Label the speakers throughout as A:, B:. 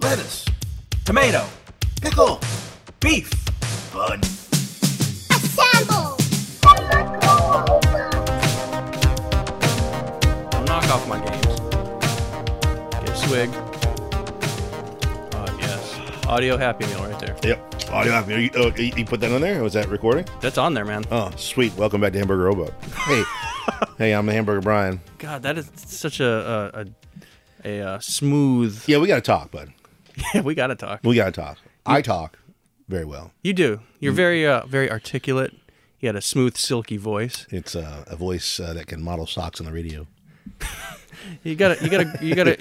A: lettuce,
B: tomato,
A: pickle,
B: beef,
A: bun.
C: Assemble!
D: Don't knock off my games. Get a swig. Oh, yes. Audio Happy Meal right there.
E: Yep. Audio app. You, oh, you you put that on there? Was that recording?
D: That's on there, man.
E: Oh, sweet. Welcome back to Hamburger Robot. Hey, hey, I'm the Hamburger Brian.
D: God, that is such a a, a, a uh, smooth.
E: Yeah, we got to talk, bud.
D: Yeah, we gotta talk.
E: We got to talk. I talk very well.
D: You do. You're very uh, very articulate. You had a smooth, silky voice.
E: It's uh, a voice uh, that can model socks on the radio.
D: You got a you got a you got a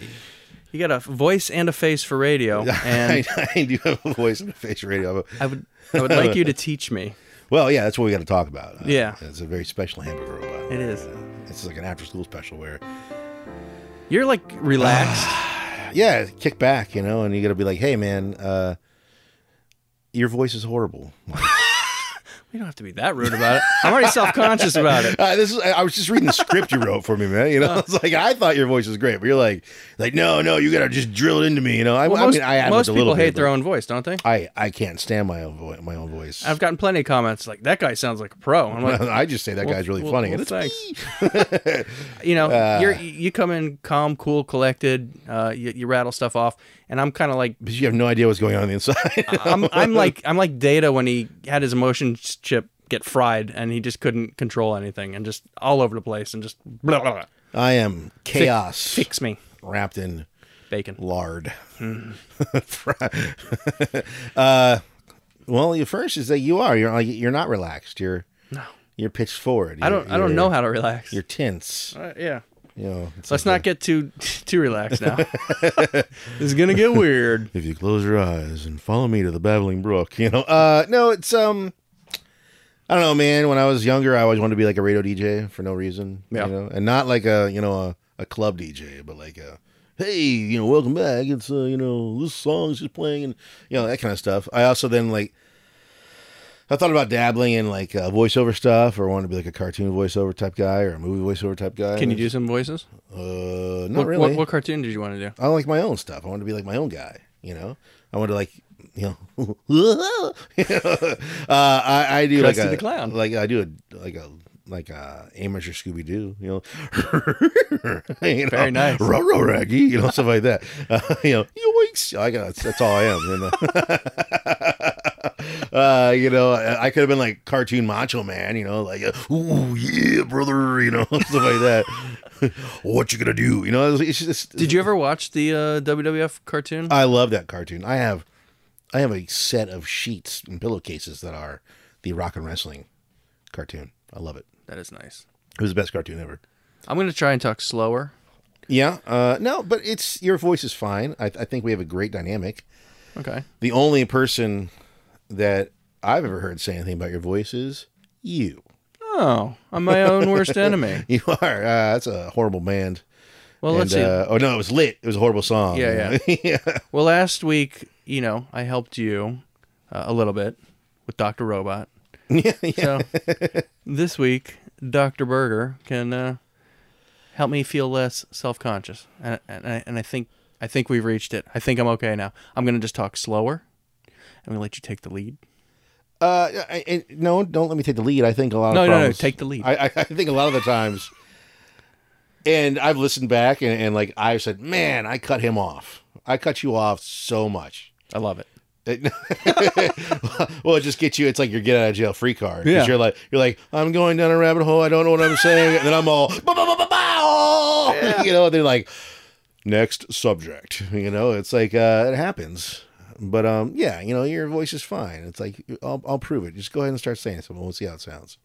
D: you got a voice and a face for radio. And
E: I, I do have a voice and a face radio.
D: I would I would like you to teach me.
E: Well, yeah, that's what we got to talk about. Uh,
D: Yeah.
E: It's a very special Hamburger Robot.
D: It is.
E: It's like an after-school special where,
D: You're like relaxed.
E: yeah, kick back, you know, and you got to be like, hey, man, uh, your voice is horrible.
D: we don't have to be that rude about it. I'm already self conscious about it.
E: Uh, this is, I I was just reading the script you wrote for me, man. You know, it's like I thought your voice was great, but you're like, like no, no, you gotta just drill it into me. You know, I,
D: Well,
E: I
D: most
E: mean, I ad-libbed
D: most
E: a
D: people
E: little
D: hate
E: bit,
D: their
E: but
D: own voice, don't they?
E: I I can't stand my own voice. My own voice.
D: I've gotten plenty of comments like that guy sounds like a pro. I'm like,
E: I just say that guy's really
D: well,
E: funny,
D: well,
E: and it's Uh,
D: thanks. you know, you're, you come in calm, cool, collected. Uh, you, you rattle stuff off, and I'm kind of like,
E: but you have no idea what's going on on the inside.
D: I'm, I'm like, I'm like Data when he had his emotions chip get fried, and he just couldn't control anything, and just all over the place, and just blah, blah, blah.
E: I am chaos
D: fix me,
E: wrapped in
D: bacon.
E: lard.
D: Hmm.
E: uh, well, the first is that you are. You're like you're not relaxed. You're no. You're pitched forward.
D: I don't, I don't know how to relax.
E: You're tense.
D: Uh, yeah,
E: You know, it's
D: let's
E: like
D: not get too too relaxed now. this is gonna get weird.
E: if you close your eyes and follow me to the babbling brook you know uh no it's um i don't know man when i was younger i always wanted to be like a radio dj for no reason
D: Yeah.
E: you know and not like a you know a, a club dj but like a hey you know welcome back it's uh you know this song's just playing and you know that kind of stuff i also then like I thought about dabbling in like uh, voiceover stuff, or wanted to be like a cartoon voiceover type guy, or a movie voiceover type guy.
D: Can you do some voices?
E: Uh, not
D: What,
E: really.
D: what, what cartoon did you want to do?
E: I like my own stuff. I want to be like my own guy. You know, I want to like you know, uh, I, I do
D: Krusty
E: like a
D: the Clown.
E: like I do a like a like a amateur Scooby Doo. You know, You know,
D: Very nice.
E: Row row raggy. You know, stuff like that. Uh, you know, yoinks. I got that's all I am. You know? uh, you know, I, I could have been like cartoon macho man, you know, like, uh, ooh, yeah, brother, you know, stuff like that. what you gonna do? You know, it's just,
D: Did you ever watch the uh, WWF cartoon?
E: I love that cartoon. I have, I have a set of sheets and pillowcases that are the rock and wrestling cartoon. I love it.
D: that is nice.
E: It was the best cartoon ever.
D: I'm gonna try and talk slower.
E: Yeah. Uh, no, but it's your voice is fine. I, I think we have a great dynamic.
D: Okay.
E: The only person that I've ever heard say anything about your voice is you.
D: Oh, I'm my own worst enemy.
E: You are. Uh, that's a horrible band.
D: Well, let's
E: and,
D: see.
E: Uh, oh no, it was lit. It was a horrible song.
D: Yeah,
E: yeah.
D: well, last week, you know, I helped you uh, a little bit with Doctor Robot. Yeah, So this week, Doctor Berger can uh, help me feel less self-conscious, and and I, and I think I think we've reached it. I think I'm okay now. I'm gonna just talk slower. I'm gonna let you take the lead.
E: Uh, I, I, no, don't let me take the lead. I think a lot
D: No,
E: of
D: no, no,
E: problems-
D: take the lead.
E: I, I, I think a lot of the times, and I've listened back and, and like I've said, man, I cut him off. I cut you off so much.
D: I love it.
E: well, it just gets you. It's like your get out of jail free card. 'Cause
D: Yeah.
E: You're like you're like I'm going down a rabbit hole. I don't know what I'm saying, and then I'm all "Ba, ba, ba, ba, ba," you know. They're like next subject. You know, it's like uh, it happens. But um, yeah, you know, your voice is fine. It's like I'll, I'll prove it. Just go ahead and start saying something. We'll see how it sounds.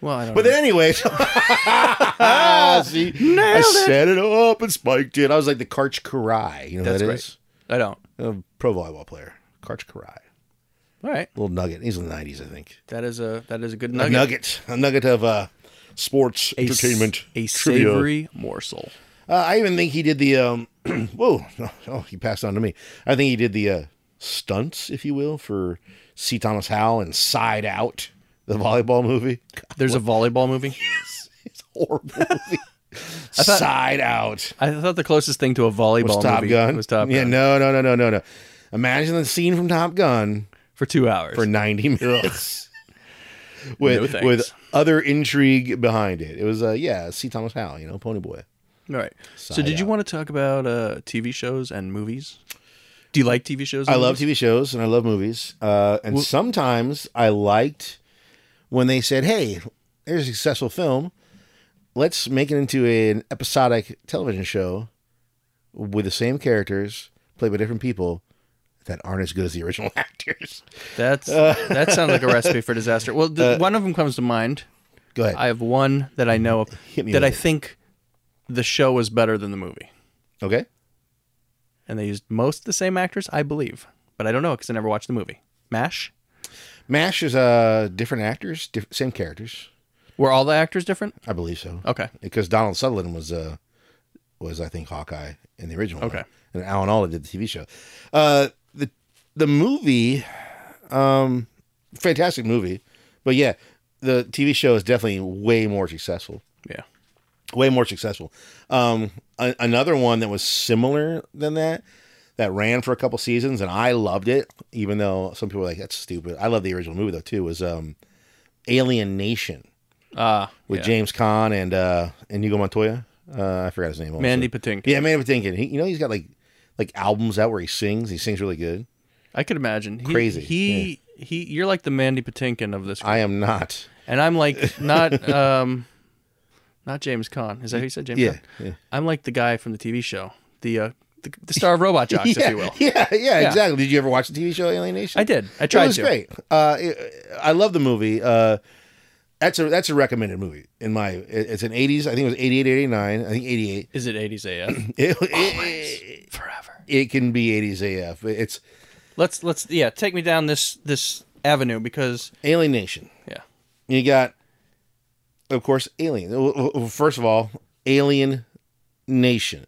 D: Well, I don't.
E: But
D: know.
E: then anyway, so- Ah, see, I set it up and spiked it. I was like the Karch Karai. You know who
D: That's
E: that
D: great.
E: is?
D: I don't.
E: a pro volleyball player, Karch Karai.
D: All right.
E: Little nugget. He's in the nineties, I think.
D: That is a that is a good
E: A
D: nugget.
E: nugget, a nugget of uh, sports
D: A s-
E: entertainment,
D: a
E: trivia.
D: savory morsel.
E: Uh, I even think he did the. Um, whoa! Oh, he passed on to me. I think he did the uh, stunts, if you will, for C. Thomas Howell and Side Out, the volleyball movie.
D: There's a volleyball movie.
E: It's a horrible movie.
D: thought-
E: Side out.
D: I thought the closest thing to a volleyball
E: Was Top
D: movie
E: Gun?
D: was Top Gun
E: Yeah, no, no, no, no, no, no. Imagine the scene from Top Gun
D: for two hours.
E: for 90 minutes
D: No
E: with
D: thanks.
E: with other intrigue behind it. It was uh yeah, see Thomas Howell, you know, Pony Boy.
D: All right. So,
E: Side
D: did you
E: out.
D: want to talk about uh, TV shows and movies? Do you like TV shows? And
E: I love
D: movies?
E: TV shows and I love movies. Uh, and sometimes I liked when they said, "Hey, there's a successful film. Let's make it into an episodic television show with the same characters played by different people that aren't as good as the original actors."
D: That's that sounds like a recipe for disaster. Well,
E: Uh,
D: th- one of them comes to mind.
E: Go ahead.
D: I have one that I know of
E: Hit me
D: that
E: with
D: I
E: it.
D: think the show was better than the movie,
E: okay.
D: and they used most of the same actors, I believe, but I don't know because I never watched the movie. Mash.
E: Mash is uh different actors, diff- same characters.
D: Were all the actors different?
E: I believe so.
D: Okay.
E: Because Donald Sutherland was uh was I think Hawkeye in the original.
D: Okay.
E: one. And Alan Alda did the TV show. Uh the the movie um fantastic movie. But yeah, the TV show is definitely way more successful.
D: Yeah.
E: Way more successful. Um a- another one that was similar than that that ran for a couple seasons and I loved it even though some people were like that's stupid. I love the original movie though too was um Alien Nation
D: Uh,
E: with
D: yeah.
E: James Caan and uh and Hugo Montoya. Uh, I forgot his name. also.
D: Mandy Patinkin.
E: Yeah, Mandy Patinkin. He, you know he's got like like albums out where he sings. He sings really good.
D: I could imagine. He,
E: Crazy,
D: He he. You're like the Mandy Patinkin of this, group.
E: I am not.
D: and I'm like not um, not James Caan. Is that who you said? James.
E: Yeah,
D: Caan?
E: yeah.
D: I'm like the guy from the TV show, the uh, the, the star of Robot Jocks,
E: yeah,
D: if you will.
E: yeah, yeah, exactly. Did you ever watch the TV show Alienation?
D: I did. I tried
E: it was
D: to.
E: great. Uh, it- I love the movie. Uh, that's a that's a recommended movie in my. it- It's an '80s. I think it was '88, '89. I think '88.
D: Is it 80s AF?
E: It, it,
D: Forever.
E: it can be '80s AF. It's
D: Let's let's yeah, take me down this this avenue because
E: Alienation.
D: yeah.
E: You got, of course, Alien. Well, well, well, First of all, Alien Nation.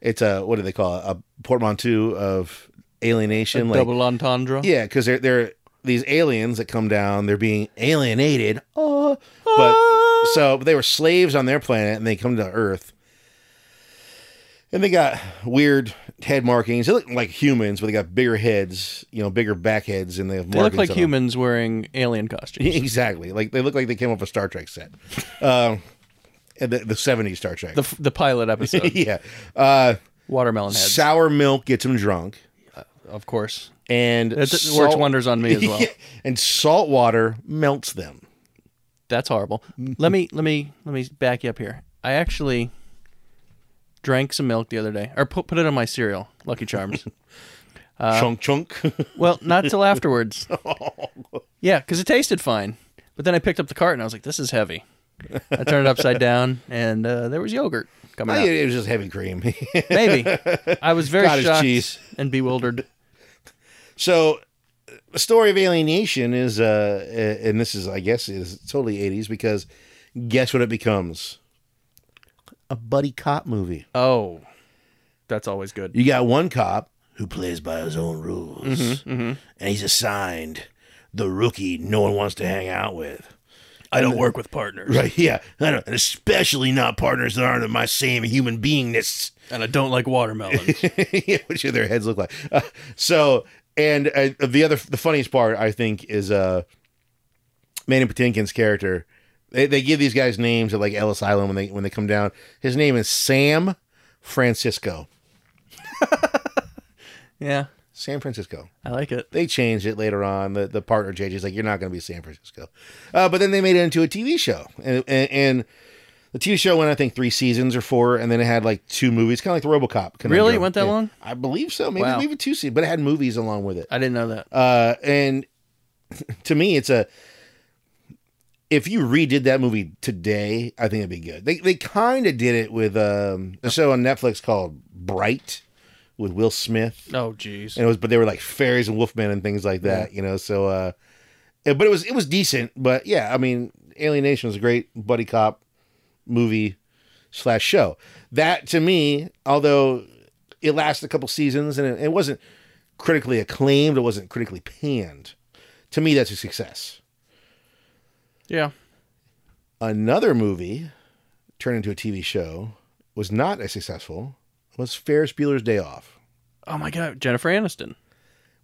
E: It's a what do they call it? A portmanteau of alienation, like
D: Double entendre.
E: yeah, because they're they're these aliens that come down. They're being alienated. Oh, but so but they were slaves on their planet, and they come to Earth, and they got weird head markings. They look like humans, but they got bigger heads, you know, bigger back heads, and they have
D: They look
E: markings
D: like
E: on them.
D: humans wearing alien costumes.
E: Exactly. Like they look like they came off a Star Trek set. Um, and the, the 70s Star Trek.
D: The, f- the pilot episode,
E: yeah. Uh,
D: watermelon heads,
E: sour milk gets him drunk.
D: of course.
E: And
D: That that works wonders on me as well.
E: Yeah. And salt water melts them.
D: That's horrible. Let me let me let me back you up here. I actually drank some milk the other day, or put put it on my cereal, Lucky Charms.
E: chunk, chunk.
D: Well, not till afterwards.
E: Oh.
D: yeah, because it tasted fine. But then I picked up the cart and I was like, "This is heavy." I turned it upside down, and uh, there was yogurt coming out.
E: it was just heavy cream.
D: Maybe I was very
E: Cottage
D: shocked
E: cheese.
D: and bewildered.
E: so the story of alienation is, uh, and this is, I guess, is totally 80s because guess what it becomes? A buddy cop movie.
D: Oh, that's always good.
E: You got one cop who plays by his own rules, and he's assigned the rookie no one wants to hang out with. I don't work with
D: partners,
E: right, yeah, I don't, and especially not partners that aren't of my same human beingness,
D: and I don't like watermelon.
E: Yeah, which their heads look like. Uh, so, and uh, the other, the funniest part I think is uh, Manny Patinkin's character. They, they give these guys names at like Ellis Island when they when they come down. His name is Sam Francisco.
D: yeah,
E: San Francisco.
D: I like it.
E: They changed it later on. The the partner changes like you're not going to be San Francisco, uh, but then they made it into a TV show, and, and and the TV show went I think three seasons or four, and then it had like two movies, kind of like the RoboCop. conundrum.
D: Really? It went that
E: Yeah.
D: long?
E: I believe so. Maybe
D: Wow.
E: maybe two seasons, but it had movies along with it.
D: I didn't know that.
E: Uh, and to me, it's a if you redid that movie today, I think it'd be good. They they kind of did it with um, a show on Netflix called Bright with Will Smith
D: Oh, jeez.
E: and it was but they were like fairies and wolfmen and things like that you know so uh yeah, but it was it was decent but yeah i mean alienation was a great buddy cop movie slash show that to me although it lasted a couple seasons and it, it wasn't critically acclaimed it wasn't critically panned to me that's a success
D: Yeah.
E: another movie turned into a TV show, was not as successful, was Ferris Bueller's Day Off.
D: Oh my god, Jennifer Aniston.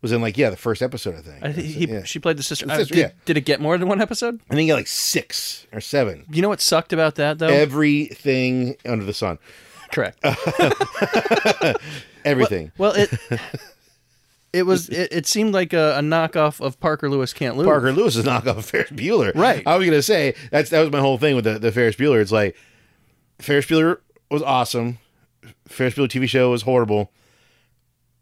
E: Was in like yeah the first episode I think.
D: I think he,
E: Yeah.
D: she played the sister.
E: The
D: Uh,
E: sister,
D: did,
E: yeah.
D: did it get more than one episode?
E: I think he got like six or seven.
D: You know what sucked about that though?
E: Everything under the sun.
D: Correct.
E: uh. Everything.
D: Well, it it was it, it seemed like a, a knockoff of Parker Lewis Can't Lose.
E: Parker Lewis is knockoff of Ferris Bueller.
D: Right.
E: I was gonna say that's that was my whole thing with the, the Ferris Bueller. It's like Ferris Bueller was awesome. Ferris Bueller TV show was horrible.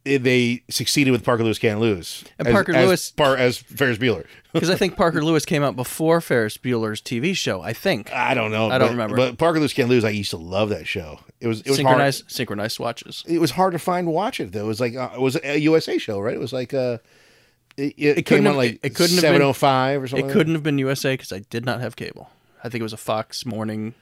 E: It- they succeeded with Parker Lewis can't lose.
D: And
E: As-
D: Parker
E: as
D: Lewis-
E: par, as Ferris Bueller.
D: Because I think Parker Lewis came out before Ferris Bueller's TV show. I think
E: I don't know.
D: I don't
E: but-
D: remember.
E: But Parker Lewis can't lose. I used to love that show. It was it was hard.
D: synchronized synchronized swatches.
E: It was hard to find watch it though. It was like uh, it was a USA show, right? It was like uh, it, it,
D: It couldn't
E: came on
D: have-
E: like
D: it couldn't have been-
E: seven oh five or something.
D: It
E: like that.
D: couldn't have been USA because I did not have cable. I think it was a Fox morning.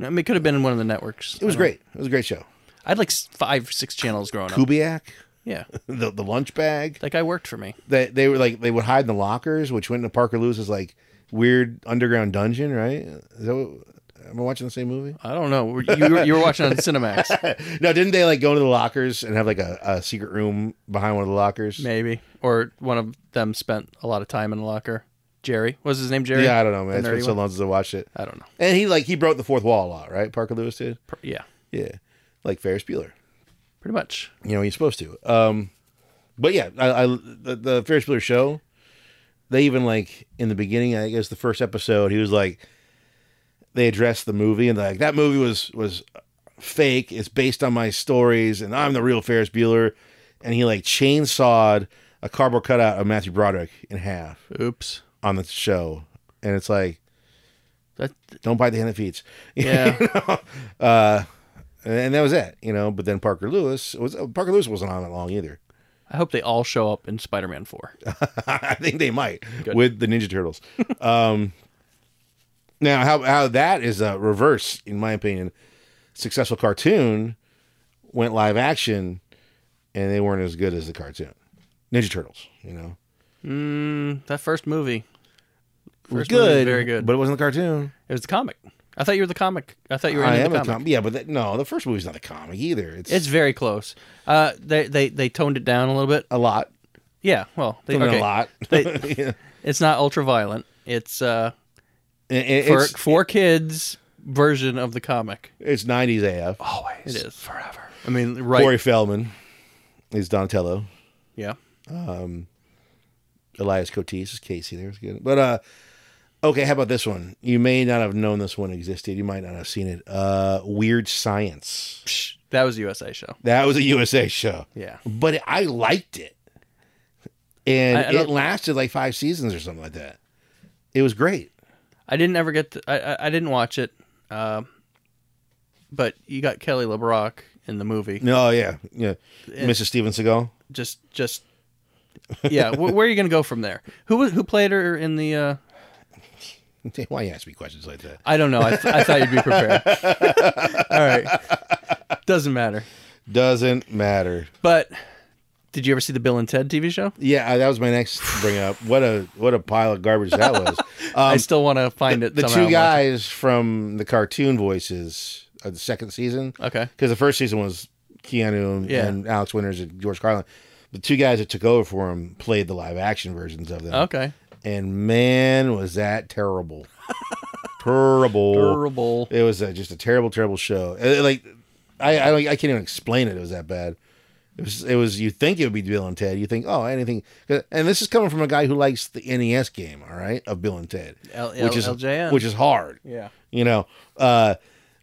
D: I mean, it could have been in one of the networks.
E: It was great. It was a great show.
D: I had like s- five, six channels growing up.
E: Kubiak.
D: Yeah,
E: the, the lunch bag
D: that guy worked for me.
E: that they were like they would hide in the lockers, which went into Parker Lewis's like weird underground dungeon, right? Is that what, am I watching the same movie?
D: I don't know. Were- You were, you were watching on Cinemax,
E: no, didn't they like go into the lockers and have like a, a secret room behind one of the lockers?
D: maybe, or one of them spent a lot of time in the locker. Jerry was his name. Jerry.
E: Yeah, I don't know, man. It's
D: The
E: been
D: nerdy
E: so
D: one?
E: long since I watched it.
D: I don't know.
E: And he like he broke the fourth wall a lot, right? Parker Lewis did.
D: Pr- Yeah,
E: Yeah, like Ferris Bueller.
D: pretty much.
E: You know, he's supposed to. Um, but yeah, I, I the, the Ferris Bueller show. They even like in the beginning, I guess the first episode, he was like, they addressed the movie and like that movie was was fake. It's based on my stories, and I'm the real Ferris Bueller. And he like chainsawed a cardboard cutout of Matthew Broderick in half
D: Oops.
E: on the show, and it's like,
D: That
E: don't bite the hand that feeds. Uh,
D: yeah.
E: and that was it, you know. But then Parker Lewis was Parker Lewis wasn't on that long either.
D: I hope they all show up in Spider-Man Four.
E: I think they might
D: Good.
E: with the Ninja Turtles. um, now, how how that is a reverse, in my opinion, successful cartoon went live action, and they weren't as good as the cartoon Ninja Turtles. You know,
D: Mm, that first
E: it
D: movie.
E: was
D: First movie was very good.
E: but it wasn't the cartoon.
D: It was the comic. I thought you were the comic. I thought you were
E: I
D: into
E: am
D: the
E: a
D: comic.
E: comic, yeah, but that, no, the first movie's not a comic either. It's,
D: It's very close. Uh, they, they they toned it down a little bit.
E: a lot,
D: Yeah, well, they,
E: Something
D: okay.
E: a lot.
D: They-
E: Yeah.
D: It's not ultra violent. It's uh
E: And- and
D: for
E: it's
D: for kids version of the comic.
E: it's nineties AF.
D: Always, it is forever. I mean, right?
E: Corey Feldman is Donatello.
D: Yeah,
E: Elias Cotis is Casey. There's good. But uh okay, how about this one? You may not have known this one existed. You might not have seen it. Uh Weird Science.
D: Psh, that was a USA show.
E: That was a USA show.
D: Yeah,
E: But I liked it. And
D: I- I
E: it
D: don't-
E: lasted like 5 seasons or something like that. It was great.
D: I didn't ever get. To, I, I I didn't watch it. Um, but you got Kelly LeBrock in the movie.
E: No, Oh, yeah. Yeah. Mrs. Steven Seagal.
D: Just just. Yeah, wh- where are you going to go from there? Who was- who played her in the? Uh,
E: Why you ask me questions like that?
D: I don't know. I, th- I thought you'd be prepared. All right. Doesn't matter.
E: Doesn't matter.
D: But did you ever see the Bill and Ted TV show?
E: Yeah, I- that was my next bring up. What a what a pile of garbage that was.
D: I still want to find it.
E: Um, the
D: somehow
E: two
D: and watch it.
E: guys from the cartoon voices of the second season.
D: Okay.
E: Because the first season was Keanu and,
D: Uh, Yeah.
E: and Alex Winters and George Carlin. The two guys that took over for him played the live action versions of them.
D: Okay.
E: And man, was that terrible. terrible.
D: Durable.
E: It was a, just a terrible, terrible show. Uh, like, I, I, don't- I can't even explain it. It was that bad. It was, it was, you think it would be Bill and Ted. You think, oh, anything. And this is coming from a guy who likes the NES game, all right, of Bill and Ted,
D: L-
E: which is,
D: LJN.
E: which is hard
D: Yeah.
E: you know. Uh,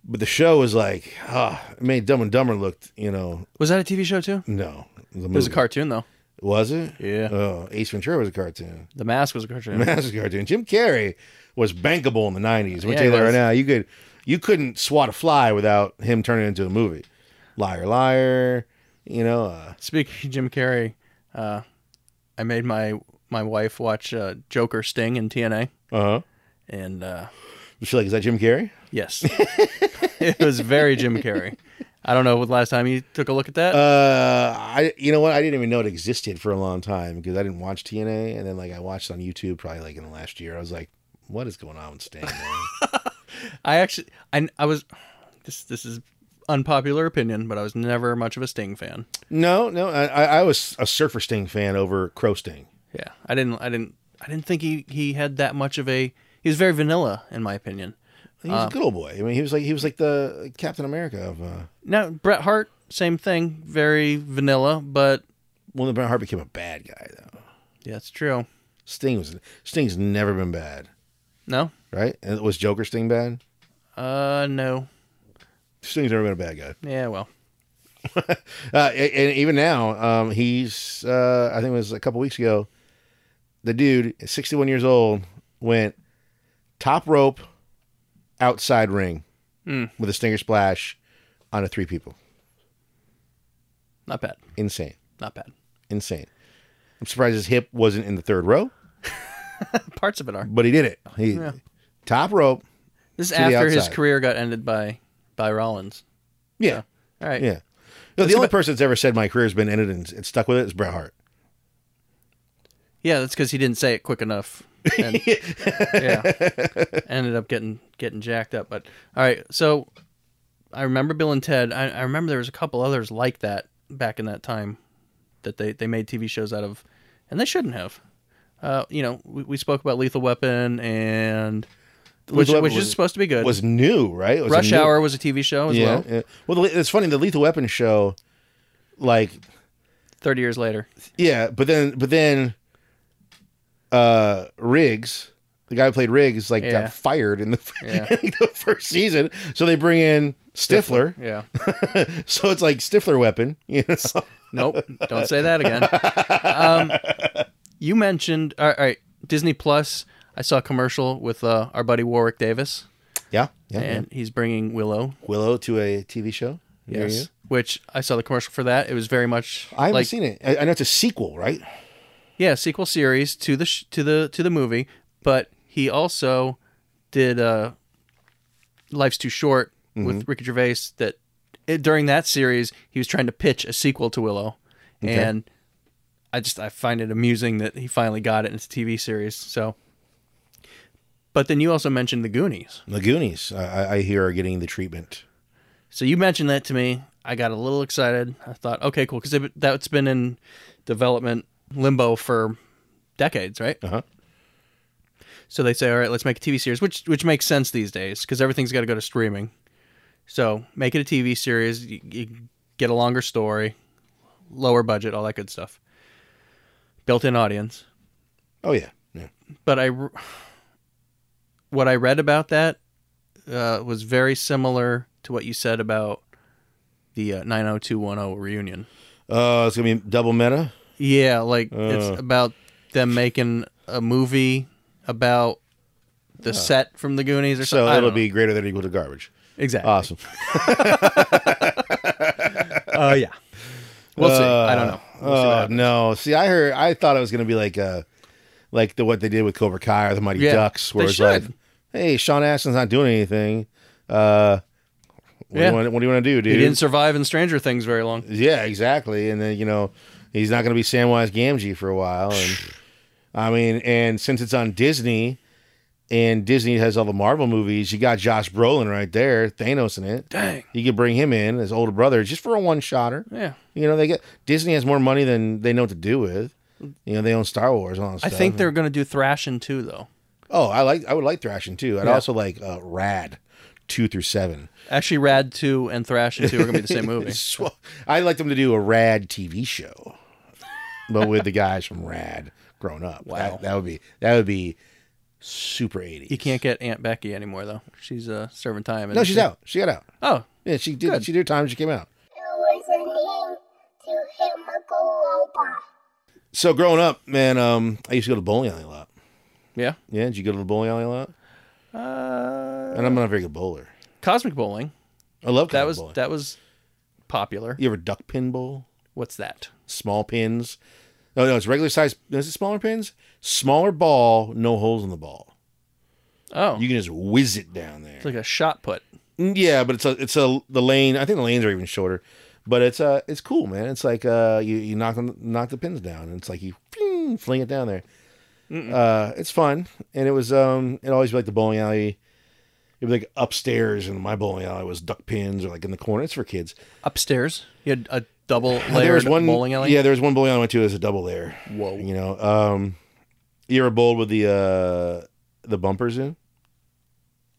E: but the show was like, ah, it made Dumb and Dumber looked, you know,
D: Was that a TV show too?
E: no. The
D: It was a cartoon though.
E: Was it?
D: Yeah.
E: Oh, Ace Ventura was a cartoon.
D: The Mask was a cartoon.
E: That was a cartoon. Jim Carrey was bankable in the nineties. Let me
D: Yeah,
E: tell you
D: he
E: that right
D: was.
E: now. You could, you couldn't swat a fly without him turning it into a movie. Liar, liar. You know, uh,
D: Speaking of Jim Carrey, uh, I made my my wife watch uh, Joker Sting in TNA,
E: uh-huh.
D: and uh,
E: You feel like is that Jim Carrey?
D: yes, it was very Jim Carrey. I don't know what last time you took a look at that.
E: Uh, I you know what? I didn't even know it existed for a long time because I didn't watch TNA, and then like I watched on YouTube probably like in the last year. I was like, what is going on with Sting? man?
D: I actually, I, I was, this this is unpopular opinion, but I was never much of a Sting fan.
E: No, no, I, I I was a Surfer Sting fan over Crow Sting.
D: Yeah, I didn't, I didn't, I didn't think he he had that much of a. He was very vanilla, in my opinion.
E: He
D: Uh.
E: was a good old boy. I mean, he was like he was like the Captain America of. Uh,
D: Now Bret Hart, same thing, very vanilla, but
E: well, Bret Hart became a bad guy though.
D: yeah, it's true.
E: Sting was Sting's never been bad,
D: No,
E: right? And was Joker Sting bad?
D: uh, no,
E: Sting's never been a bad guy.
D: yeah, well,
E: Uh, and and even now, um, he's uh, I think it was a couple weeks ago. The dude, is 61 years old, went top rope, outside ring, with a stinger splash, onto three people.
D: not bad,
E: Insane,
D: not bad.
E: insane. I'm surprised his hip wasn't in the third row,
D: Parts of it are.
E: but he did it. He top rope.
D: This is
E: To the
D: after his
E: outside.
D: career got ended by by Rollins.
E: Yeah,
D: All right.
E: yeah. No, the only person that's ever said my career's been ended and it's stuck with it is Bret Hart.
D: Yeah, that's because he didn't say it quick enough. And, yeah, ended up getting getting jacked up. But all right, so I remember Bill and Ted. I, I remember there was a couple others like that back in that time that they they made TV shows out of, and they shouldn't have. Uh, you know, we, we spoke about Lethal Weapon and which
E: Lethal Weapon
D: which
E: was-
D: is supposed to be good.
E: Was new, right? It was a
D: Rush
E: new-
D: Hour was a TV show as
E: Yeah.
D: well.
E: yeah. Well, the, it's funny. The Lethal Weapon show, like,
D: Thirty years later,
E: yeah, but then, but then, uh, Riggs, the guy who played Riggs, like,
D: Yeah.
E: got fired in the,
D: Yeah.
E: in the first season. So they bring in Stifler.
D: yeah.
E: so it's like Stifler weapon. You know?
D: Nope. Don't say that again. Um, you mentioned all right, Disney Plus. I saw a commercial with uh, our buddy Warwick Davis,
E: yeah. Yeah.
D: and he's bringing Willow.
E: yeah. Willow to a TV show. near you?
D: Yes, which I saw the commercial for that. It was very much
E: I haven't
D: like
E: seen it. I, I know it's a sequel, right?
D: yeah, sequel series to the sh- to the to the movie. But he also did uh, Life's Too Short with Ricky Gervais. That it, during that series, he was trying to pitch a sequel to Willow, and I just I find it amusing that he finally got it in a TV series. So, but then you also mentioned the Goonies.
E: The Goonies, I, I- I hear, are getting the treatment.
D: So you mentioned that to me. I got a little excited. I thought, okay, cool, because that's been in development limbo for decades, right?
E: Uh huh.
D: So they say, all right, let's make a TV series, which which makes sense these days because everything's got to go to streaming. So make it a TV series, you, you get a longer story, lower budget, all that good stuff, built-in audience.
E: Oh yeah. Yeah.
D: But I, re- what I read about that uh, was very similar to what you said about the uh, 90210 reunion.
E: Uh, it's gonna be double meta.
D: Yeah, like it's about them making a movie about the set from the Goonies or
E: So
D: something. I
E: it'll
D: don't know.
E: be greater than or equal to garbage.
D: Exactly.
E: Awesome.
D: Oh yeah. We'll see. I don't know. We'll see what
E: Oh
D: happens.
E: no! See, I heard. I thought it was gonna be like, uh, like the what they did with Cobra Kai or the Mighty
D: Yeah,
E: Ducks, where
D: they
E: it's like,
D: should.
E: hey, Sean Astin's not doing anything. Uh, what do
D: Yeah.
E: you want? What do you want to do, dude?
D: he didn't survive in Stranger Things very long.
E: yeah, exactly. And then you know, he's not gonna be Samwise Gamgee for a while. And I mean, and since it's on Disney, and Disney has all the Marvel movies, you got Josh Brolin right there, Thanos in it.
D: Dang.
E: You could bring him in as older brother just for a one shotter.
D: Yeah.
E: You know, they get Disney has more money than they know what to do with. You know, they own Star Wars and all that
D: I
E: stuff.
D: think they're going to do Thrashing too, though.
E: Oh, I like. I would like Thrashing too. I'd
D: Yeah.
E: also like uh, Rad, two through seven.
D: Actually, Rad two and Thrashing two are going to be the same movie.
E: So, I'd like them to do a Rad TV show, but with the guys from Rad grown up. Wow, that, that would be that would be super eighty.
D: You can't get Aunt Becky anymore, though. She's uh, serving time.
E: No,
D: isn't
E: she's
D: she?
E: out. She got out.
D: Oh,
E: Yeah, she did.
D: Good.
E: She did her time. She came out.
C: listening to him go over.
E: So growing up, man, um, I used to go to the bowling alley a lot.
D: yeah.
E: Yeah, did you go to the bowling alley a lot?
D: Uh,
E: And I'm not a very good bowler.
D: Cosmic Bowling.
E: I love
D: That
E: cotton
D: was
E: bowling.
D: that was popular.
E: You ever duck pin bowl?
D: What's that?
E: Small pins. Oh, No, no, it's regular size. Is it smaller pins? Smaller ball, no holes in the ball.
D: Oh,
E: You can just whiz it down there. Mm,
D: it's like a shot put.
E: yeah, but it's a it's a the lane. I think the lanes are even shorter, but it's uh it's cool, man. It's like uh you, you knock on knock the pins down, and it's like you ping, fling it down there. Uh, it's fun, and it was um it always be like the bowling alley. it'd be like upstairs in my bowling alley was duck pins or like in the corner. It's for kids.
D: Upstairs, you had a double
E: And
D: layered bowling alley.
E: Yeah, there was one bowling alley I went to as a double layer.
D: Whoa.
E: You know, um, you ever bowled with the uh, the bumpers in?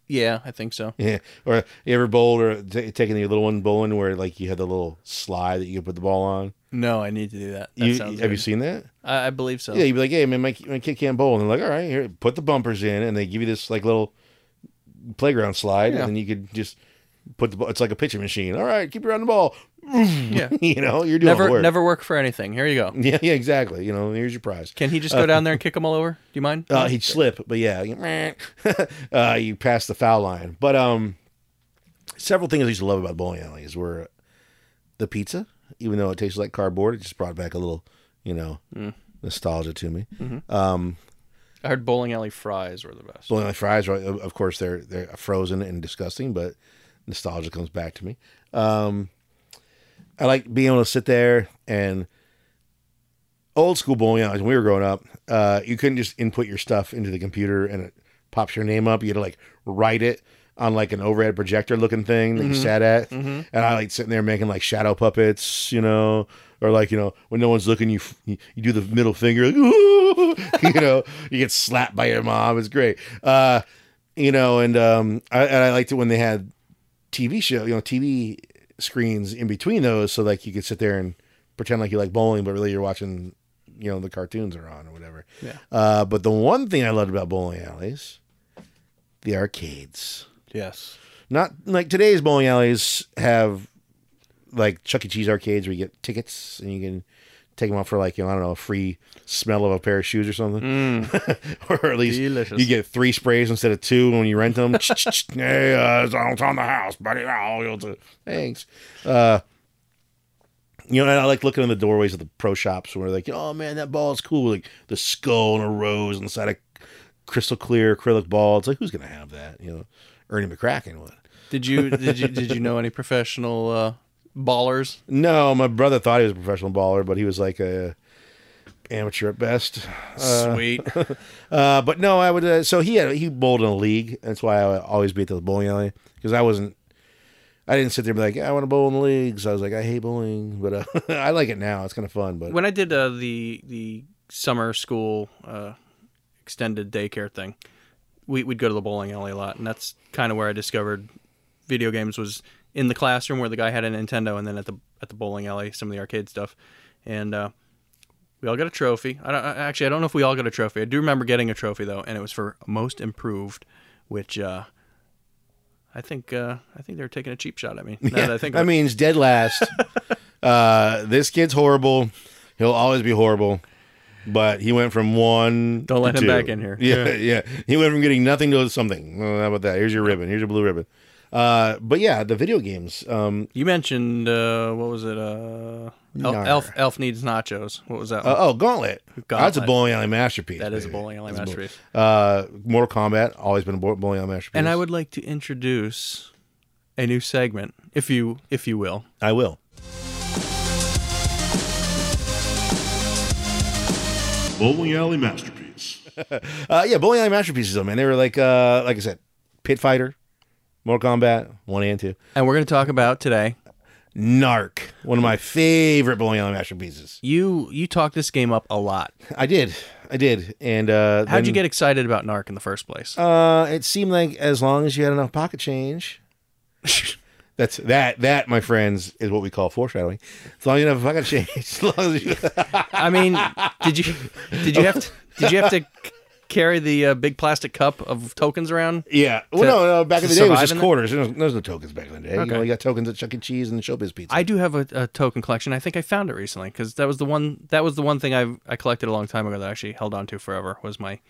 D: yeah, I think so.
E: Yeah. Or you ever bowled or t- taking the little one bowling where like you had the little slide that you could put the ball on?
D: No, I need to do that. that
E: You, have
D: sounds
E: you
D: good.
E: seen that?
D: I, I believe so.
E: Yeah, you'd be like, hey, man, my, my kid can't bowl. And they're like, all right, here, put the bumpers in. And they give you this like little playground slide.
D: Yeah.
E: And then you could just put the ball. It's like a pitching machine. All right, keep your eye on the ball.
D: Yeah.
E: you know, you're doing
D: never
E: work.
D: never work for anything. Here you go.
E: Yeah, yeah, exactly. You know, here's your prize.
D: Can he just go down there and kick them all over? Do you mind?
E: Uh, he'd slip, but yeah, you- meh. uh, you pass the foul line. But um, several things I used to love about bowling alleys were the pizza, even though it tasted like cardboard, it just brought back a little, you know, nostalgia to me. Um,
D: I heard bowling alley fries were the best.
E: bowling alley fries, right? Of of course, they're they're frozen and disgusting, but nostalgia comes back to me. Um, I like being able to sit there and old school bowling alleys. When we were growing up, uh, you couldn't just input your stuff into the computer and it pops your name up. You had to like write it on like an overhead projector looking thing that you sat at, and I like sitting there making like shadow puppets, you know. Or like you know, when no one's looking, you f- you you do the middle finger, like, "Ooh," you know, you get slapped by your mom. It's great, uh, you know. And um, I, and I liked it when they had TV show, you know, TV screens in between those, so like you could sit there and pretend like you like bowling, but really you're watching, you know, the cartoons are on or whatever.
D: Yeah.
E: Uh, but the one thing I loved about bowling alleys, the arcades.
D: Yes.
E: Not like today's bowling alleys have like Chuck E. Cheese arcades where you get tickets and you can take them out for like you know I don't know a free smell of a pair of shoes or something, or at least
D: Delicious.
E: you get three sprays instead of two when you rent them. hey, uh, it's on- it's on the house, buddy. Oh, you'll do- Thanks. Uh, you know, and I like looking in the doorways of the pro shops where like, oh man, that ball is cool. Like the skull and a rose inside a crystal clear acrylic ball. It's like who's gonna have that? You know, Ernie McCracken would.
D: Did you did you did you know any professional uh, ballers?
E: No, my brother thought he was a professional baller, but he was like a amateur at best. Uh,
D: Sweet.
E: uh, but no, I would. Uh, so he had he bowled in a league. That's why I would always be at the bowling alley because I wasn't. I didn't sit there and be like, yeah, I want to bowl in leagues. I was like, I hate bowling, but uh, I like it now. It's kind of fun. But
D: when I did uh, the the summer school uh, extended daycare thing, we, we'd go to the bowling alley a lot, and that's kind of where I discovered video games was in the classroom where the guy had a Nintendo, and then at the at the bowling alley, some of the arcade stuff, and uh, we all got a trophy. I don't I- actually I don't know if we all got a trophy. I do remember getting a trophy though, and it was for most improved, which. Uh, I think uh, I think they were taking a cheap shot at me. Now that I think of
E: I
D: it.
E: mean, it's dead last. uh, this kid's horrible. He'll always be horrible. But he went from one.
D: Don't let
E: to
D: him
E: two.
D: back in here.
E: Yeah, yeah, He went from getting nothing to something. Well, how about that? Here's your ribbon. Here's your blue ribbon. Uh, but yeah, the video games. Um,
D: You mentioned uh, what was it? Uh, Elf,
E: Nar.
D: Elf Elf needs nachos. What was that?
E: uh,
D: one?
E: oh, Gauntlet. That's a
D: Gauntlet.
E: bowling alley masterpiece.
D: that is a
E: baby.
D: bowling alley
E: That's a bowl-
D: masterpiece.
E: Uh, Mortal Kombat always been a bo- bowling alley masterpiece.
D: And I would like to introduce a new segment, if you if you will.
E: I will.
A: Bowling Alley Masterpiece.
E: Uh, yeah, bowling alley masterpieces though, man. They were like, uh, like I said, Pit Fighter, Mortal Kombat one and two.
D: And we're going to talk about today.
E: Narc, one of my favorite bowling alley masterpieces.
D: You you talked this game up a lot.
E: I did, I did, and uh,
D: How'd you
E: then,
D: get excited about Narc in the first place?
E: Uh, it seemed like as long as you had enough pocket change. That's that that my friends is what we call foreshadowing. As long as you have pocket change, as long as you,
D: I mean, did you did you have to did you have to c- carry the uh, big plastic cup of tokens around?
E: yeah. Well,
D: To-
E: no, no. Back in
D: to
E: the day, it was
D: survive
E: just
D: in that?
E: quarters. There's no, there was no tokens back in the day. You
D: Okay.
E: only got tokens at Chuck E. Cheese and Showbiz Pizza.
D: I do have a, a token collection. I think I found it recently because that was the one that was the one thing I I collected a long time ago that I actually held on to forever was my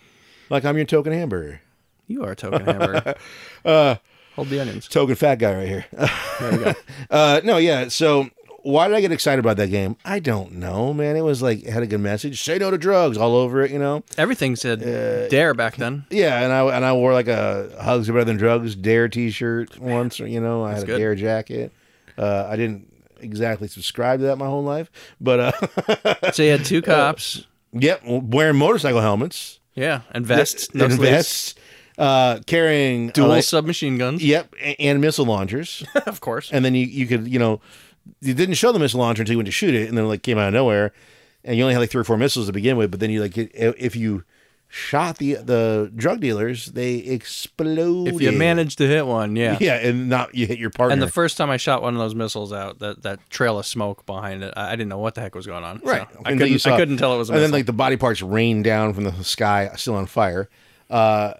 E: like I'm your token hamburger,
D: You are a token hamburger.
E: Uh,
D: Hold the onions.
E: token fat guy right here.
D: There we go.
E: Uh, no, yeah. So why did I get excited about that game? I don't know, man. It was like it had a good message. Say no to drugs all over it, you know.
D: Everything said
E: uh,
D: dare back then.
E: Yeah, and I and I wore like a hugs are better than drugs dare T-shirt once. You know, I had a
D: good.
E: dare jacket. Uh, I didn't exactly subscribe to that my whole life, but uh,
D: So you had two cops.
E: yep, wearing motorcycle helmets,
D: yeah, and vests. No
E: and
D: sleeves.
E: vests, uh, carrying
D: Dual
E: like-
D: submachine guns,
E: Yep, a- and missile launchers,
D: of course.
E: and then you you could you know, you didn't show the missile launcher until you went to shoot it, and then like came out of nowhere, and you only had like three or four missiles to begin with, but then you like i- if you shot the the drug dealers, they exploded.
D: if you manage to hit one, yeah.
E: yeah, and not you hit your partner.
D: And the first time I shot one of those missiles out, that, that trail of smoke behind it, I, I didn't know what the heck was going on.
E: Right.
D: So I
E: Until you
D: couldn't.
E: saw-
D: I couldn't tell it was. A
E: and
D: missile.
E: then like the body parts rain down from the sky, still on fire. Uh,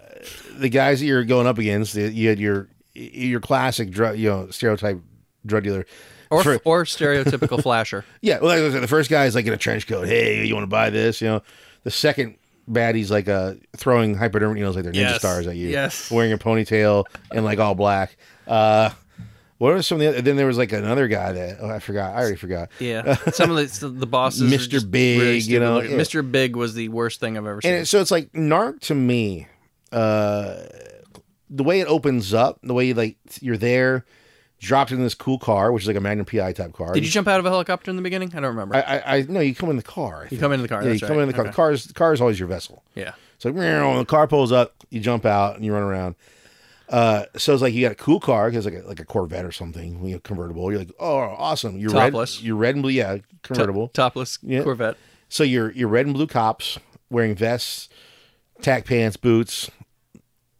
E: the guys that you're going up against, the, you had your your classic drug, you know, stereotype drug dealer.
D: or
E: for-
D: or stereotypical flasher.
E: yeah, well, like I said, the first guy's like in a trench coat. Hey, you want to buy this? You know, the second baddie's like uh, throwing hypodermic needles like they're ninja
D: Yes.
E: stars at you.
D: Yes.
E: wearing a ponytail and like all black. Uh, what were some of the? Other, then there was like another guy that oh, I forgot. I already forgot.
D: Yeah, some of the so the bosses, are
E: Mr.
D: just
E: Big, you
D: stupid
E: know,
D: looking.
E: yeah.
D: Mr. Big was the worst thing I've ever seen.
E: And it, so it's like Narc to me, uh, the way it opens up, the way like you're there, dropped in this cool car, which is like a Magnum PI type car.
D: Did you jump out of a helicopter in the beginning? I don't remember.
E: I, I, I no, you come in the car. I
D: you
E: think.
D: come into the car.
E: yeah, you
D: that's
E: come
D: right.
E: in the car. The
D: Okay.
E: car is, the car is always your vessel.
D: Yeah.
E: So meow, when the car pulls up, you jump out and you run around. Uh, so it's like you got a cool car because like a, like a Corvette or something, you know, convertible. You're like, oh, awesome! You're
D: Topless.
E: red, you're red and blue, yeah, convertible.
D: Top- topless
E: Yeah.
D: Corvette.
E: So you're you're red and blue cops wearing vests, tack pants, boots,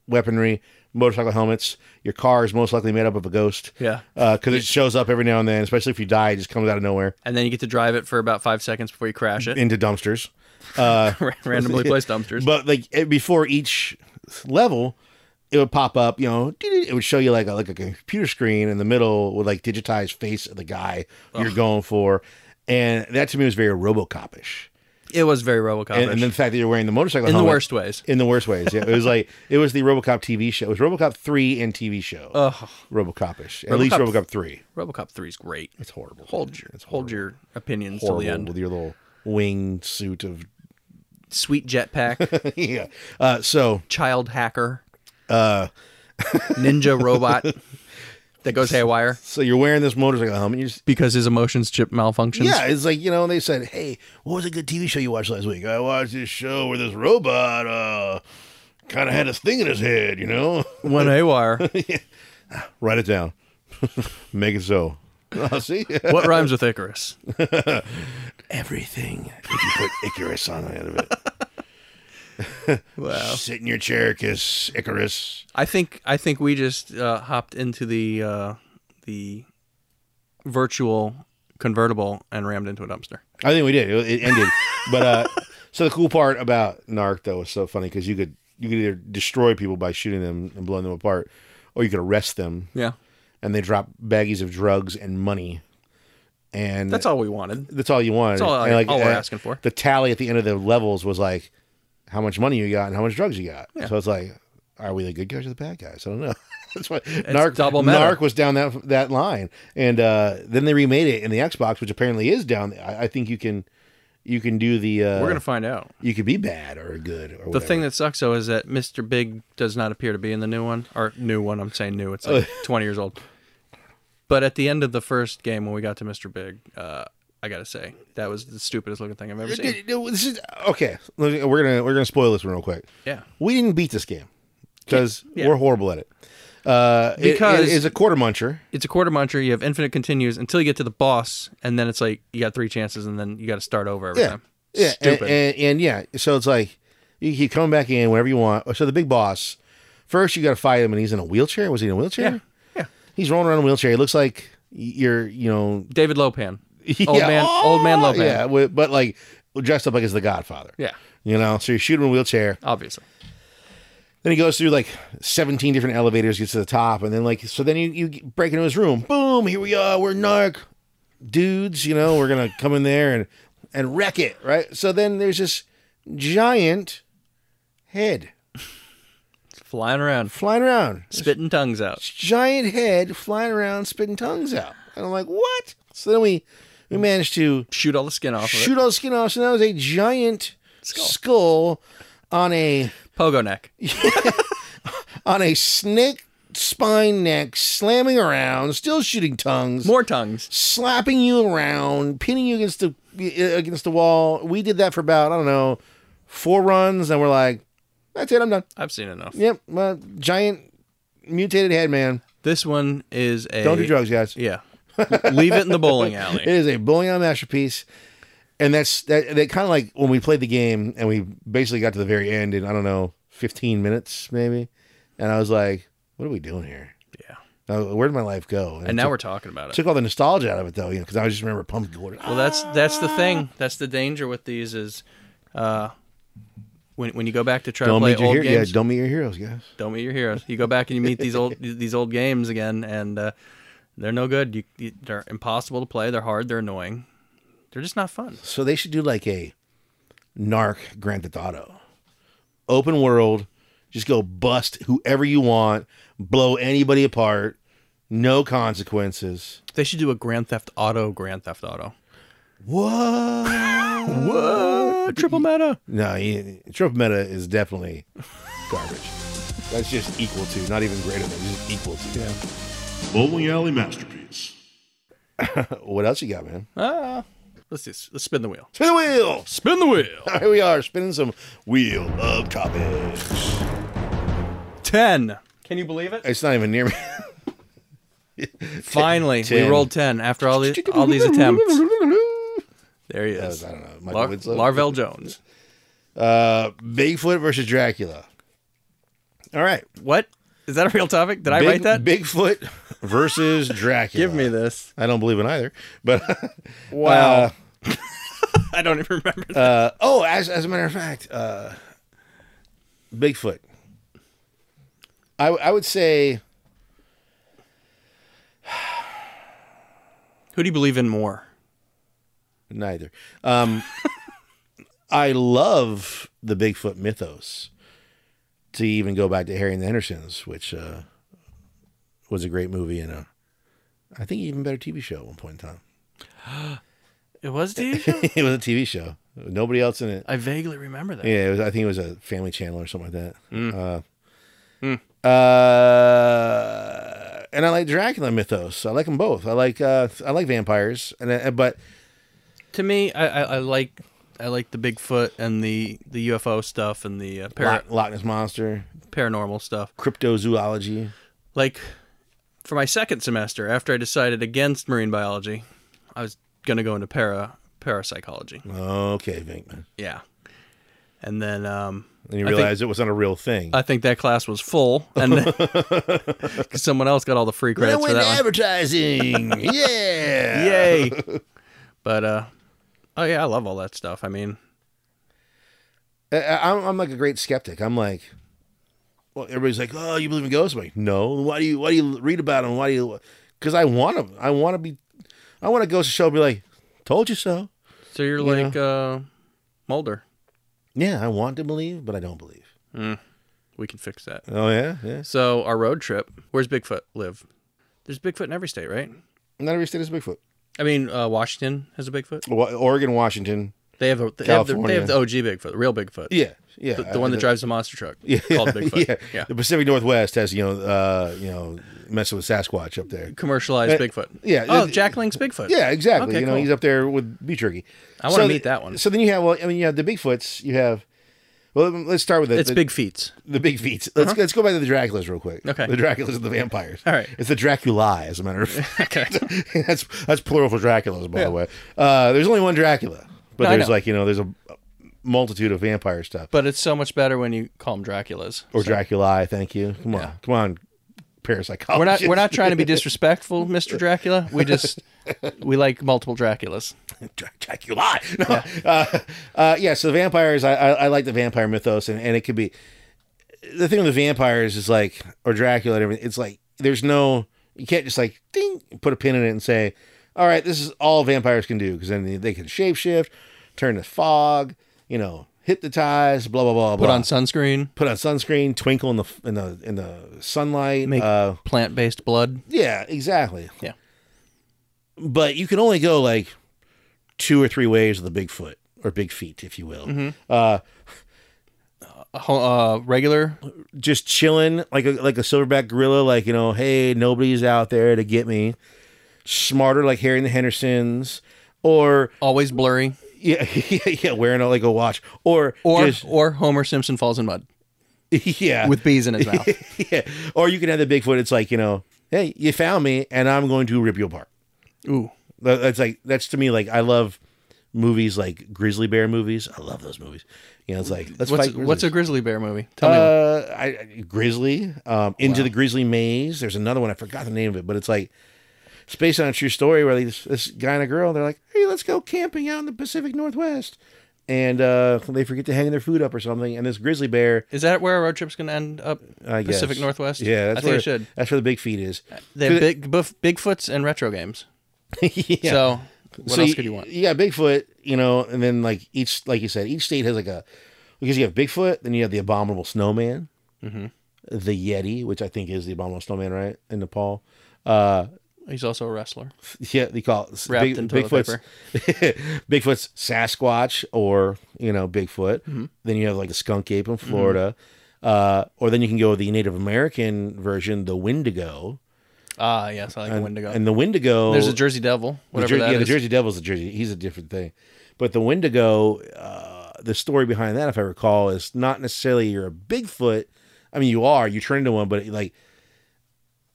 E: weaponry, motorcycle helmets. Your car is most likely made up of a ghost.
D: Yeah.
E: Because it shows up every now and then, especially if you die, it just comes out of nowhere
D: And then you get to drive it for about five seconds before you crash it.
E: into dumpsters. Uh,
D: Randomly placed dumpsters.
E: but like it- before each level, it would pop up. You know, it would show you like a, like a computer screen in the middle with like digitized face of the guy you're going for, and that to me was very RoboCop-ish.
D: it was very Robocop.
E: And, and then the fact that you're wearing the motorcycle
D: in the
E: helmet-
D: worst ways.
E: in the worst ways. Yeah, it was like it was the RoboCop TV show. It was RoboCop three and TV show.
D: Oh,
E: RoboCop-ish. At least
D: RoboCop-
E: RoboCop three.
D: Robocop three is great.
E: It's horrible.
D: Hold your
E: it's
D: hold your opinions till
E: horrible
D: the end.
E: with your little wing suit of
D: Sweet jetpack,
E: yeah. Uh, so
D: child hacker, uh, ninja robot that goes haywire
E: so you're wearing this motorcycle helmet. You just
D: because his emotions chip malfunctions.
E: yeah, it's like you know. They said, "Hey, what was a good TV show you watched last week?" I watched this show where this robot uh, kind of had a thing in his head. You know,
D: went haywire.
E: write it down, make it so. I'll Oh, see.
D: what rhymes with Icarus?
E: everything if you put Icarus on the end of it.
D: Wow.
E: Sit in your chair, kiss Icarus.
D: I think I think we just uh, hopped into the uh, the virtual convertible and rammed into a dumpster.
E: I think we did. It, it ended, but uh, so the cool part about Narc though was so funny because you could you could either destroy people by shooting them and blowing them apart, or you could arrest them
D: Yeah,
E: and they drop baggies of drugs and money, and
D: that's all we wanted.
E: that's all you wanted.
D: That's all,
E: And,
D: all we're
E: uh,
D: asking for.
E: The tally at the end of the levels was like how much money you got and how much drugs you got. So it's like, are we the good guys or the bad guys? I don't know. That's why Narc,
D: double meta.
E: Narc was down that that line, and uh, then they remade it in the Xbox, which apparently is down. I, I think you can you can do the uh,
D: We're gonna find out.
E: you could be bad or good. Or
D: The thing that sucks though is that Mr. Big does not appear to be in the new one or new one. I'm saying new. It's like 20 years old. But at the end of the first game, when we got to Mr. Big, uh, I gotta say that was the stupidest looking thing I've ever seen.
E: this is okay. look, We're gonna we're gonna spoil this one real quick.
D: Yeah,
E: We didn't beat this game because
D: Yeah.
E: we're horrible at it. Uh, it-
D: Because-
E: it is a quarter muncher.
D: it's a quarter muncher. You have infinite continues until you get to the boss, and then it's like you got three chances, and then you got to start over every time.
E: Yeah,
D: Stupid.
E: And, and, and yeah, so it's like you keep coming back in whenever you want. So the big boss, first you got to fight him, and he's in a wheelchair. Was he in a wheelchair?
D: yeah, yeah.
E: He's rolling around in a wheelchair. He looks like you're, you know,
D: David Lopan,
E: yeah,
D: old man, old man
E: oh,
D: Lopan.
E: Yeah,
D: Yeah,
E: wi- but like dressed up like as the Godfather. You know, so you shoot him in a wheelchair.
D: obviously.
E: Then he goes through like 17 different elevators, gets to the top, and then like, so then you, you break into his room. Boom, here we are. We're narc dudes, you know, we're going to come in there and, and wreck it, right? So then there's this giant head
D: Flying around,
E: flying around. This
D: spitting tongues out.
E: giant head flying around, spitting tongues out. And I'm like, what? So then we, we managed to
D: Shoot all the skin off of
E: shoot all the skin off. So now there's a giant
D: Skull.
E: skull on a
D: it. Pogo neck.
E: on a snake spine neck, slamming around, still shooting tongues,
D: More tongues.
E: slapping you around, pinning you against the against the wall. We did that for about I don't know four runs, and we're like, That's it. I'm done.
D: I've seen enough.
E: Yep. Uh, giant mutated head man.
D: This one is a
E: Don't do drugs, guys.
D: Yeah, leave it in the bowling alley.
E: It is a bullion masterpiece. And that's that, that kind of like when we played the game and we basically got to the very end in, I don't know, 15 minutes maybe. And I was like, what are we doing here?
D: Yeah.
E: Uh, Where did my life go?
D: And now
E: it
D: we're talking about it.
E: took, took all the nostalgia out of it though, you know, because I just remember pumpkin Ah, Gordon.
D: Well, that's that's the thing. That's the danger with these is, uh, when when you go back to try
E: don't
D: to
E: meet your
D: play old
E: hero-
D: games,
E: Yeah, don't meet your heroes, guys.
D: don't meet your heroes. You go back and you meet these old these old games again, and uh, they're no good. You, you, they're impossible to play. They're hard. They're annoying. They're just not fun.
E: So they should do like a narc Grand Theft Auto, open world. Just go bust whoever you want, blow anybody apart, no consequences.
D: They should do a Grand Theft Auto. Grand Theft Auto.
E: What?
D: Whoa! Uh, Triple meta.
E: no, you, triple meta is definitely garbage. That's just equal to, not even greater than, just equal to. Yeah.
A: Bowling Alley Masterpiece.
E: What else you got, man?
D: Ah, let's just let's spin the wheel.
E: Spin the wheel.
D: Spin the wheel.
E: Here we are, spinning some wheel of topics.
D: Ten. Can you believe it?
E: It's not even near me.
D: Finally, we
E: Ten.
D: rolled ten after all these all these attempts. There he is.
E: I don't know. Michael
D: Lar-
E: Winslow?
D: Larvell Jones.
E: Uh, Bigfoot versus Dracula. All right.
D: What? Is that a real topic? Did I
E: Big-
D: write that?
E: Bigfoot versus Dracula.
D: Give me this.
E: I don't believe in either. But
D: Wow. I don't even remember that.
E: uh, oh, as as a matter of fact, uh, Bigfoot. I I would say
D: Who do you believe in more?
E: neither. Um, I love the Bigfoot mythos. To even go back to Harry and the Hendersons, which uh, was a great movie and a, I think even better TV show at one point in time.
D: It was Dave.
E: it was a TV show. Nobody else in it.
D: I vaguely remember that.
E: Yeah, it was, I think it was a Family Channel or something like that. Uh,
D: Mm.
E: uh, and I like Dracula mythos. I like them both. I like uh, I like vampires, and I, but
D: To me, I, I, I like I like the Bigfoot and the the UFO stuff and the uh, para-
E: Loch, Loch Ness monster,
D: paranormal stuff.
E: cryptozoology.
D: Like for my second semester, after I decided against marine biology, I was gonna go into para parapsychology.
E: Okay, Vinkman.
D: Yeah, and then um,
E: And you
D: I think-
E: realize it wasn't a real thing.
D: I think that class was full, and then- 'cause someone else got all the free credits for that one.
E: advertising. yeah.
D: Yay! but uh, oh yeah, I love all that stuff. I mean,
E: I- I- I'm, I'm like a great skeptic. I'm like, well, everybody's like, oh, you believe in ghosts? I'm like, no. Why do you Why do you read about them? Why do you? Because I want them. I want to be. I want a ghost show. Be like, told you so.
D: so you're
E: You
D: like uh, Mulder.
E: Yeah, I want to believe, but I don't believe.
D: We can fix that.
E: Oh yeah, yeah.
D: So our road trip. Where's Bigfoot live? There's Bigfoot in every state, right?
E: Not every state is Bigfoot.
D: I mean, uh, Washington has a Bigfoot.
E: Wa- Oregon, Washington.
D: They have a, they, have the, they
E: California.
D: have the OG Bigfoot, the real Bigfoot.
E: Yeah, yeah. Uh,
D: The, the one that drives the monster truck yeah, called Bigfoot.
E: yeah.
D: yeah.
E: the Pacific Northwest has you know, uh, you know, messing with Sasquatch up there.
D: Commercialized
E: Uh,
D: Bigfoot.
E: yeah,
D: Oh,
E: it-
D: Jack Link's Bigfoot.
E: Yeah, exactly.
D: Okay,
E: you know,
D: cool.
E: he's up there with beef jerky.
D: I wanna
E: So
D: meet
E: the-
D: that one.
E: So then you have, well, I mean, you have the Bigfoots. You have, well, let's start with the,
D: It's
E: the,
D: Big Feats.
E: the big feats. Let's let's go back to the Draculas real quick.
D: Okay.
E: the Draculas and the vampires.
D: All right.
E: it's the Draculae, as a matter of fact.
D: Okay.
E: that's that's plural for Draculas, by the way. Uh, there's only one Dracula, but
D: No, I
E: there's
D: know.
E: like you know there's a multitude of vampire stuff
D: But it's so much better when you call them Draculas.
E: or Draculae. Thank you. Come on, come on, parapsychology.
D: We're not we're not trying to be disrespectful, Mr. Dracula. We just we like multiple Draculas.
E: Dra- Draculae. No. Uh, uh, yeah. So the vampires, I, I, I like the vampire mythos, and, and it could be the thing with the vampires is like or Dracula and everything. It's like there's no you can't just like ding put a pin in it and say, all right, this is all vampires can do because then they, they can shapeshift, turn to fog, you know, hypnotize, blah blah blah
D: Put
E: blah.
D: on sunscreen,
E: put on sunscreen, twinkle in the in the in the sunlight.
D: make
E: uh,
D: plant based blood.
E: yeah, exactly.
D: Yeah.
E: But you can only go like two or three ways with a big foot or big feet, if you will.
D: Mm-hmm.
E: Uh,
D: A ho- Uh, regular
E: just chilling like a like a silverback gorilla, like you know, hey, nobody's out there to get me. Smarter like Harry and the Hendersons, or
D: always blurry.
E: yeah, yeah, yeah, wearing a, like a watch, or
D: Or
E: just
D: or Homer Simpson falls in mud.
E: yeah.
D: with bees in his mouth.
E: yeah. Or you can have the Bigfoot. It's like, you know, hey, you found me and I'm going to rip you apart.
D: Ooh,
E: That- That's like, that's to me, like, I love movies like grizzly bear movies. I love those movies. You know, it's like, let's
D: what's
E: fight. Grizzlies.
D: what's a grizzly bear movie? Tell me. one.
E: uh, I, I- Grizzly, um, Into the Grizzly Maze. There's another one. I forgot the name of it, but it's like it's based on a true story where this, this guy and a girl they're like, "Hey, let's go camping out in the Pacific Northwest," and uh, they forget to hang their food up or something, and this grizzly bear.
D: Is that where our road trip's going to end up?
E: I guess.
D: Pacific Northwest.
E: Yeah,
D: I
E: that's
D: think
E: where
D: it should. Uh,
E: That's where the big feet is.
D: They have big buff, Bigfoots and retro games. So what
E: So
D: else could you want?
E: You got Bigfoot, you know, and then like each, like you said, each state has like a because you have Bigfoot, then you have the abominable snowman,
D: Mm-hmm.
E: the Yeti, which I think is the abominable snowman, right in Nepal. Uh,
D: He's also a wrestler.
E: Yeah, they call it
D: Wrapped in toilet
E: Bigfoot's Bigfoot's Sasquatch or you know Bigfoot.
D: Mm-hmm.
E: Then you have like the skunk ape in Florida, uh, or then you can go with the Native American version, the Wendigo.
D: Ah, yes, I like
E: And,
D: Wendigo.
E: And the Wendigo.
D: There's a Jersey Devil,
E: the
D: whatever
E: Jer-
D: that
E: yeah, the
D: is.
E: Jersey Devil's a Jersey. He's a different thing, but the Wendigo. Uh, the story behind that, if I recall, is not necessarily you're a Bigfoot. I mean, you are. You turn into one, but like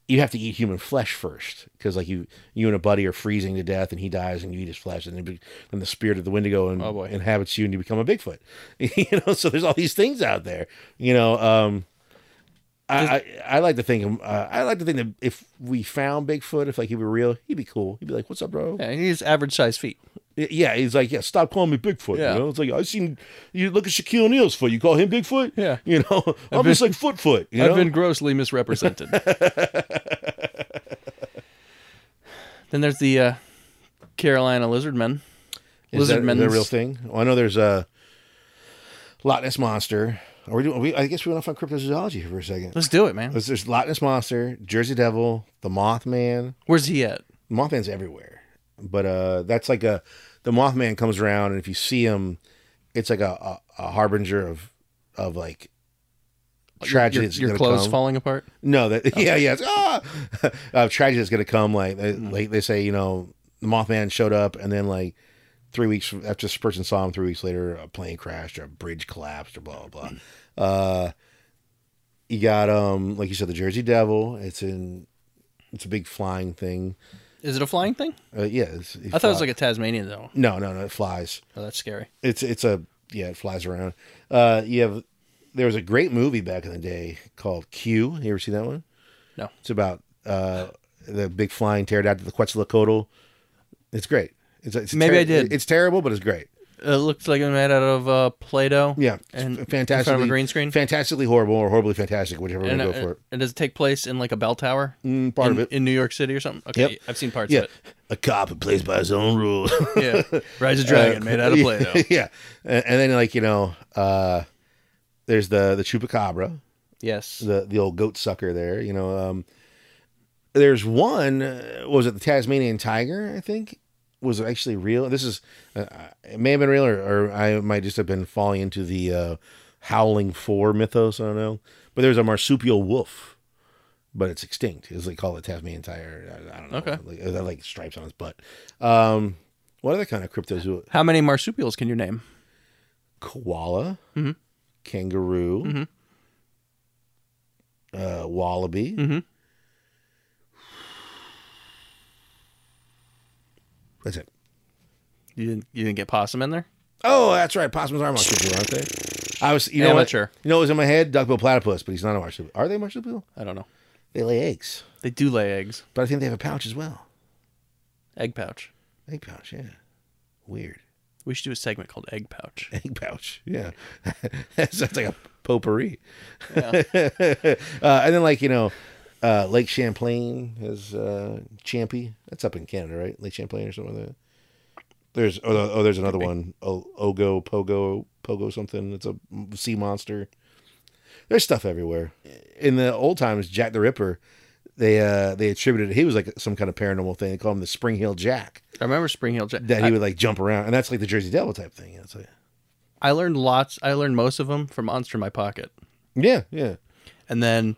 E: you have to eat human flesh first because like you you and a buddy are freezing to death and he dies and you eat his flesh and then be- then the spirit of the wendigo in,
D: Oh, boy.
E: inhabits you and you become a bigfoot you know so there's all these things out there you know um I, I, I like to think uh, I like to think that if we found Bigfoot, if like he were real, he'd be cool. He'd be like, "What's up, bro?"
D: Yeah, he's average sized feet.
E: Yeah, he's like, "Yeah, stop calling me Bigfoot."
D: Yeah.
E: You know, it's like I seen you look at Shaquille O'Neal's foot. You call him Bigfoot?
D: Yeah.
E: You know, I'm
D: been-
E: just like Foot Foot. You
D: I've
E: know?
D: been grossly misrepresented. then there's the uh, Carolina lizardmen.
E: Is that,
D: Lizardmen.
E: is that a real thing? Well, I know there's a Loch Ness monster. Are we doing? Are we, I guess we went off on cryptozoology here for a second.
D: Let's do it, man.
E: There's, there's Loch Ness monster, Jersey Devil, the Mothman.
D: Where's he at?
E: Mothman's everywhere, but uh, that's like a the Mothman comes around, and if you see him, it's like a, a, a harbinger of of like tragedy.
D: Your,
E: that's
D: your
E: gonna
D: clothes
E: come.
D: falling apart.
E: No, that yeah, yeah, it's, ah, uh, tragedy is going to come. Like, they,
D: Mm-hmm.
E: like they say, you know, the Mothman showed up, and then like three weeks after this person saw him, three weeks later, a plane crashed or a bridge collapsed or blah blah.
D: Mm-hmm.
E: blah. Uh, you got um, like you said, the Jersey Devil. It's in, it's a big flying thing.
D: Is it a flying thing?
E: Uh, yeah, it's, it
D: I thought it was like a Tasmanian though.
E: no, no, no, it flies.
D: Oh, that's scary.
E: It's it's a yeah, it flies around. Uh, you have there was a great movie back in the day called Q. You ever see that one?
D: No.
E: It's about uh, the big flying pterodactyl, the Quetzalcoatl. It's great. It's, it's
D: Maybe I did.
E: It's terrible, but it's great.
D: It looks like it's made out of uh, Play-Doh.
E: Yeah,
D: and
E: fantastic.
D: in front of a green screen.
E: Fantastically horrible or horribly fantastic, whichever way to
D: and,
E: go
D: uh,
E: for it.
D: and does it take place in like a bell tower?
E: Mm, part
D: in,
E: of it.
D: in New York City or something. Okay,
E: Yep.
D: I've seen parts
E: yeah,
D: of
E: a cop who plays by his own rules. Uh,
D: it. Yeah, Rise of Dragon made out of Play-Doh.
E: yeah, and, and then like you know, uh, there's the the chupacabra.
D: Yes,
E: the the old goat sucker there. You know, um, there's one. uh, what Was it the Tasmanian tiger? I think was actually real. This is uh, uh, it may have been real, or, or I might just have been falling into the uh, howling four mythos. I don't know. But there's a marsupial wolf, but it's extinct. Is they call it Tasmanian tiger. I, I don't know.
D: Okay.
E: like, it had, like stripes on its butt. Um, what other kind of cryptozoa?
D: How many marsupials can you name?
E: Koala, kangaroo, uh, wallaby.
D: Mhm.
E: That's it.
D: You didn't, you didn't get possum in there?
E: Oh, that's right. Possums are marsupial, aren't they? I was, you know, what?
D: Amateur.
E: You know, what was in my head duckbill platypus, but he's not a marsupial. Are they marsupial?
D: I don't know.
E: They lay eggs,
D: They do lay eggs.
E: but I think they have a pouch as well.
D: Egg pouch.
E: Egg pouch, yeah. Weird.
D: We should do a segment called Egg Pouch.
E: egg pouch. Yeah, that sounds like a potpourri.
D: Yeah.
E: uh, and then like you know, uh, Lake Champlain is uh, Champy. That's up in Canada, right? Lake Champlain or something like that. There's oh, oh there's another one. O- Ogo Pogo Pogo something. It's a sea monster. There's stuff everywhere. In the old times, Jack the Ripper. They uh they attributed he was like some kind of paranormal thing. They called him the Spring Hill Jack.
D: I remember Spring Hill Jack.
E: That he
D: I,
E: would like jump around, and that's like the Jersey Devil type thing. It's like,
D: I learned lots. I learned most of them from Monster in My Pocket.
E: yeah, yeah.
D: And then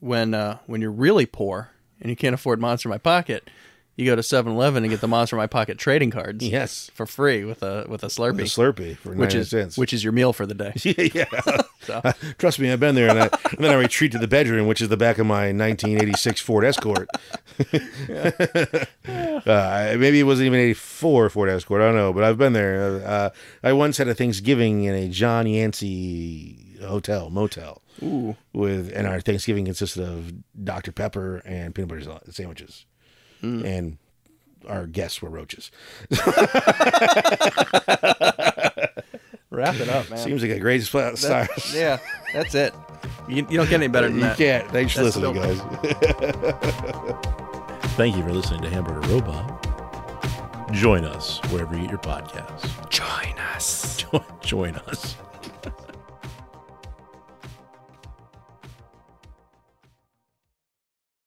D: when uh, when you're really poor and you can't afford Monster in My Pocket, you go to 7-Eleven and get the Monster in My Pocket trading cards
E: Yes.
D: for free with a with a Slurpee,
E: A Slurpee for
D: which
E: 99
D: is
E: cents.
D: which is your meal for the day.
E: yeah.
D: So
E: Trust me, I've been there, and, I, and then I retreat to the bedroom, which is the back of my 1986 Ford Escort. uh, maybe it wasn't even 84 Ford Escort. I don't know, but I've been there. Uh, I once had a Thanksgiving in a John Yancey hotel motel.
D: Ooh.
E: With and our Thanksgiving consisted of Dr Pepper and peanut butter sa- sandwiches, and our guests were roaches.
D: wrap it up, man.
E: Seems like a great spot.
D: yeah, that's it. You, you don't get any better than
E: You
D: that.
E: can't. Thanks for
D: That's
E: listening, guys. Thank you for listening to Hamburger Robot. Join us wherever you get your podcasts.
D: Join us.
E: Join, join us.